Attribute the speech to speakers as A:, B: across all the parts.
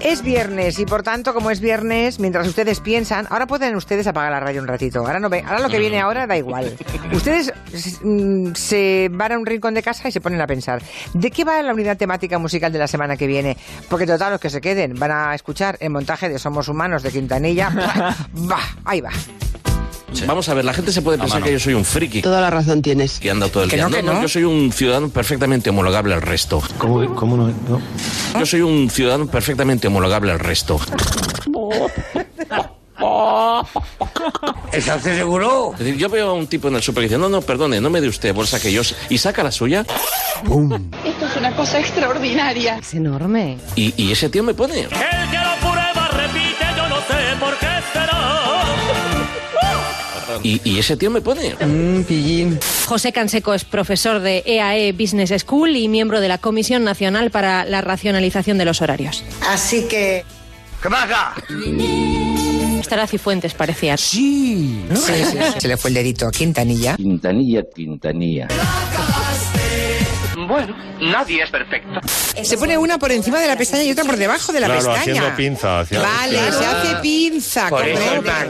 A: Es viernes y por tanto, como es viernes, mientras ustedes piensan, ahora pueden ustedes apagar la radio un ratito. Ahora no ve- ahora lo que viene ahora da igual. Ustedes s- mm, se van a un rincón de casa y se ponen a pensar, ¿de qué va la unidad temática musical de la semana que viene? Porque total, los que se queden van a escuchar el montaje de Somos Humanos de Quintanilla. Va, ahí va.
B: Vamos a ver, la gente se puede pensar
C: mano.
B: que yo soy un friki
D: Toda la razón tienes.
B: que anda todo el
A: Que
B: día.
A: no, que no.
B: yo soy un ciudadano perfectamente homologable al resto.
E: ¿Cómo, cómo no? no?
B: Yo soy un ciudadano perfectamente homologable al resto.
F: ¿Estás seguro?
B: Es decir, yo veo a un tipo en el super y dice, no, no, perdone, no me dé usted bolsa que yo... sé". Y saca la suya
G: Esto es una cosa extraordinaria.
H: Es enorme.
B: y, y ese tío me pone.
I: El que lo prueba repite, yo no sé por qué será.
B: Y, y ese tío me pone.
H: José Canseco es profesor de EAE Business School y miembro de la Comisión Nacional para la Racionalización de los Horarios.
F: Así que... ¿Qué pasa?
H: Estará Cifuentes, parecía.
A: Sí, sí, sí. Se le fue el dedito a Quintanilla.
C: Quintanilla, Quintanilla.
F: Bueno, nadie es perfecto.
A: Se pone una por encima de la pestaña y otra por debajo de la
J: Claro,
A: pestaña.
J: haciendo pinza. haciendo-
A: Vale, se hace pinza,
F: Por eso
A: comprenda.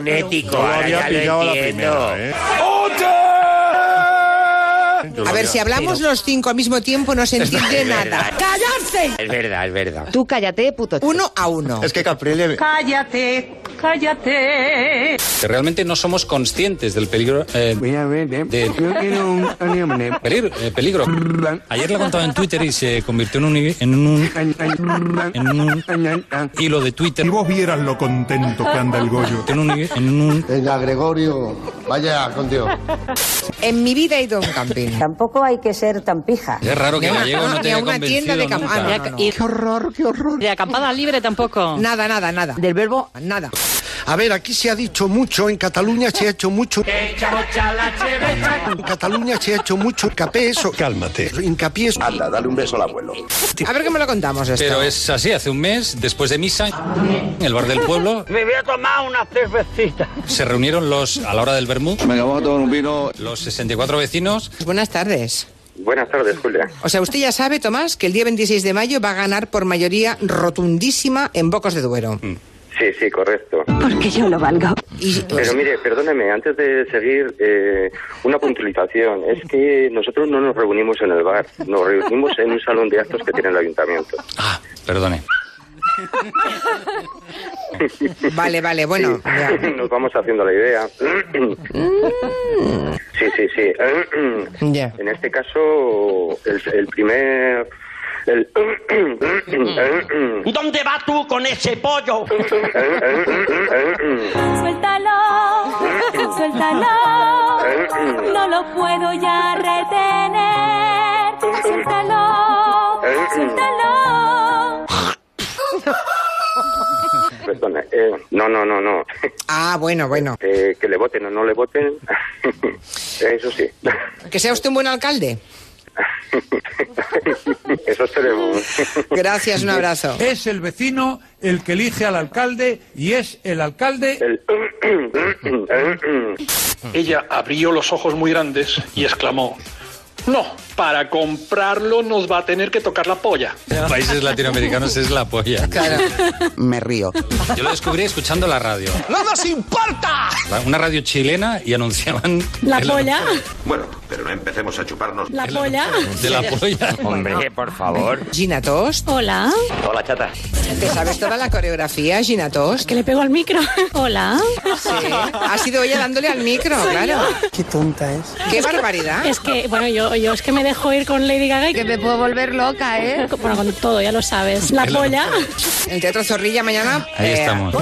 F: Nético,
J: No
F: ahora
J: había
F: ya
J: pillado
F: lo
J: la
F: entiendo.
J: primera, ¿eh? Yo lo
A: A ver,
J: había-
A: si hablamos los cinco al mismo tiempo no se entiende nada. ¡Callarse!
F: Es verdad, es verdad.
H: Tú cállate, puto.
A: Uno a uno.
E: Es que Caprile...
G: Cállate, cállate.
C: Que realmente no somos conscientes del peligro. eh, de- Peligro, eh, peligro. Ayer la contaba en Twitter y se convirtió en un, en un, en un hilo de Twitter.
J: vos vieras lo contento que anda el Goyo.
C: En un, en un-
E: Venga, Gregorio, vaya contigo.
A: En mi vida he ido a un camping.
G: Tampoco hay que ser tan pija.
C: es raro que
A: Ni a una-
C: Gallego no
A: ni
C: te
A: a
C: haya
A: una tienda de
C: convencido
A: cam-
C: nunca.
A: Ah, no, no, no.
E: horror, qué horror.
H: De acampada libre tampoco.
A: Nada, nada, nada. Del verbo nada.
E: A ver, aquí se ha dicho mucho, en Cataluña se ha hecho mucho, en Cataluña se ha hecho mucho hincapié eso. Cálmate. Hincapié eso.
C: Anda, dale un beso al abuelo.
A: A ver cómo lo contamos esto.
C: Pero es así, hace un mes, después de misa, en el bar del pueblo,
F: Me voy a tomar unas cervecitas.
C: se reunieron los, a la hora del vermú,
E: Venga, vamos a tomar un vino.
C: los 64 vecinos.
A: Buenas tardes.
F: Buenas tardes, Julia.
A: O sea, usted ya sabe, Tomás, que el día 26 de mayo va a ganar por mayoría rotundísima en Bocos de Duero.
F: Mm. Sí, sí, correcto.
G: Porque yo lo valgo.
A: Y, pues,
F: Pero mire, perdóneme, antes de seguir, eh, una puntualización. Es que nosotros no nos reunimos en el bar, nos reunimos en un salón de actos que tiene el ayuntamiento.
C: Ah, perdone.
A: Vale, vale, bueno. ya.
F: Nos vamos haciendo la idea. Sí, sí, sí.
A: Ya.
F: En este caso, el, el primer... El...
I: ¿Dónde vas tú con ese pollo?
G: Suéltalo, suéltalo. No lo puedo ya retener. Suéltalo, suéltalo.
F: Perdone, eh, no, no, no, no.
A: Ah, bueno, bueno.
F: Eh, que le voten o no le voten, eso sí.
A: Que sea usted un buen alcalde.
F: Eso tenemos.
A: Gracias, un abrazo.
I: Es el vecino el que elige al alcalde y es el alcalde
F: El...
I: Ella abrió los ojos muy grandes y exclamó, no, para comprarlo nos va a tener que tocar la polla.
C: En países latinoamericanos es la polla.
D: Me río.
C: Yo lo descubrí escuchando la radio.
I: ¡No nos importa!
C: Una radio chilena y anunciaban. el
I: Bueno, pero no empecemos a chuparnos.
G: la polla.
C: anuncio De la polla.
F: Hombre, por favor.
A: Gina Tost.
G: Hola.
F: Hola, chata.
A: ¿Te sabes toda la coreografía, Gina Tost?
G: Que le pego al micro. Hola.
A: Sí. Ha sido ella dándole al micro, claro.
D: Qué tonta es.
A: Qué barbaridad.
G: Es que, bueno, yo, yo es que me dejo ir con Lady Gaga. y-
H: Que me puedo volver loca, ¿eh?
G: Bueno, con todo, ya lo sabes. La
C: El-
G: polla.
A: El Teatro Zorrilla mañana.
C: Ahí
A: eh,
C: estamos.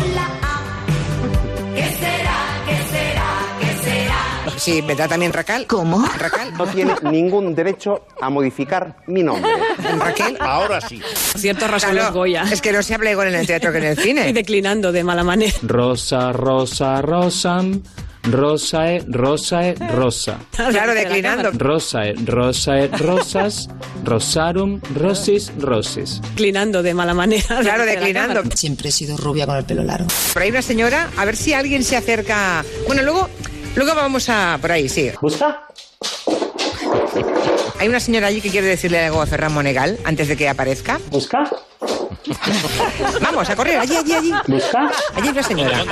A: Sí, vendrá también Raquel.
H: ¿Cómo?
A: Raquel.
E: No tiene ningún derecho a modificar mi nombre.
A: Raquel.
E: Ahora sí.
G: Cierto rasgo
A: Claro, es que no se habla igual en el teatro que en el
G: Y
A: cine.
G: declinando de mala manera.
I: Rosa, rosa, rosam, rosae, rosae, rosa.
A: Claro, declinando.
I: Rosae, rosae, e, rosas, rosarum, rosis, rosis.
G: Declinando de mala manera.
A: Claro, declinando.
D: Siempre he sido rubia con el pelo largo.
A: Por ahí una señora, a ver si alguien se acerca. Bueno, luego, luego vamos a. Por ahí, sí. Hay una señora allí que quiere decirle algo a Ferran Monegal antes de que aparezca.
I: ¿Busca?
A: Vamos, a correr, allí, allí, allí.
K: ¿Busca?
A: Allí es la señora.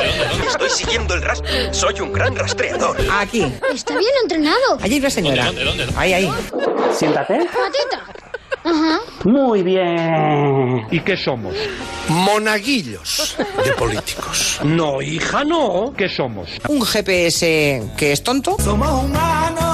K: Estoy siguiendo el rastro. Soy un gran rastreador.
A: Aquí.
L: Está bien entrenado.
A: Allí es la señora.
K: ¿Dónde, dónde, dónde?
A: Ahí, ahí.
K: Siéntate.
L: Patita. Ajá.
K: Muy bien.
E: ¿Y qué somos? Monaguillos de políticos. No, hija, no. ¿Qué somos?
A: Un GPS que es tonto.
K: Somos humanos.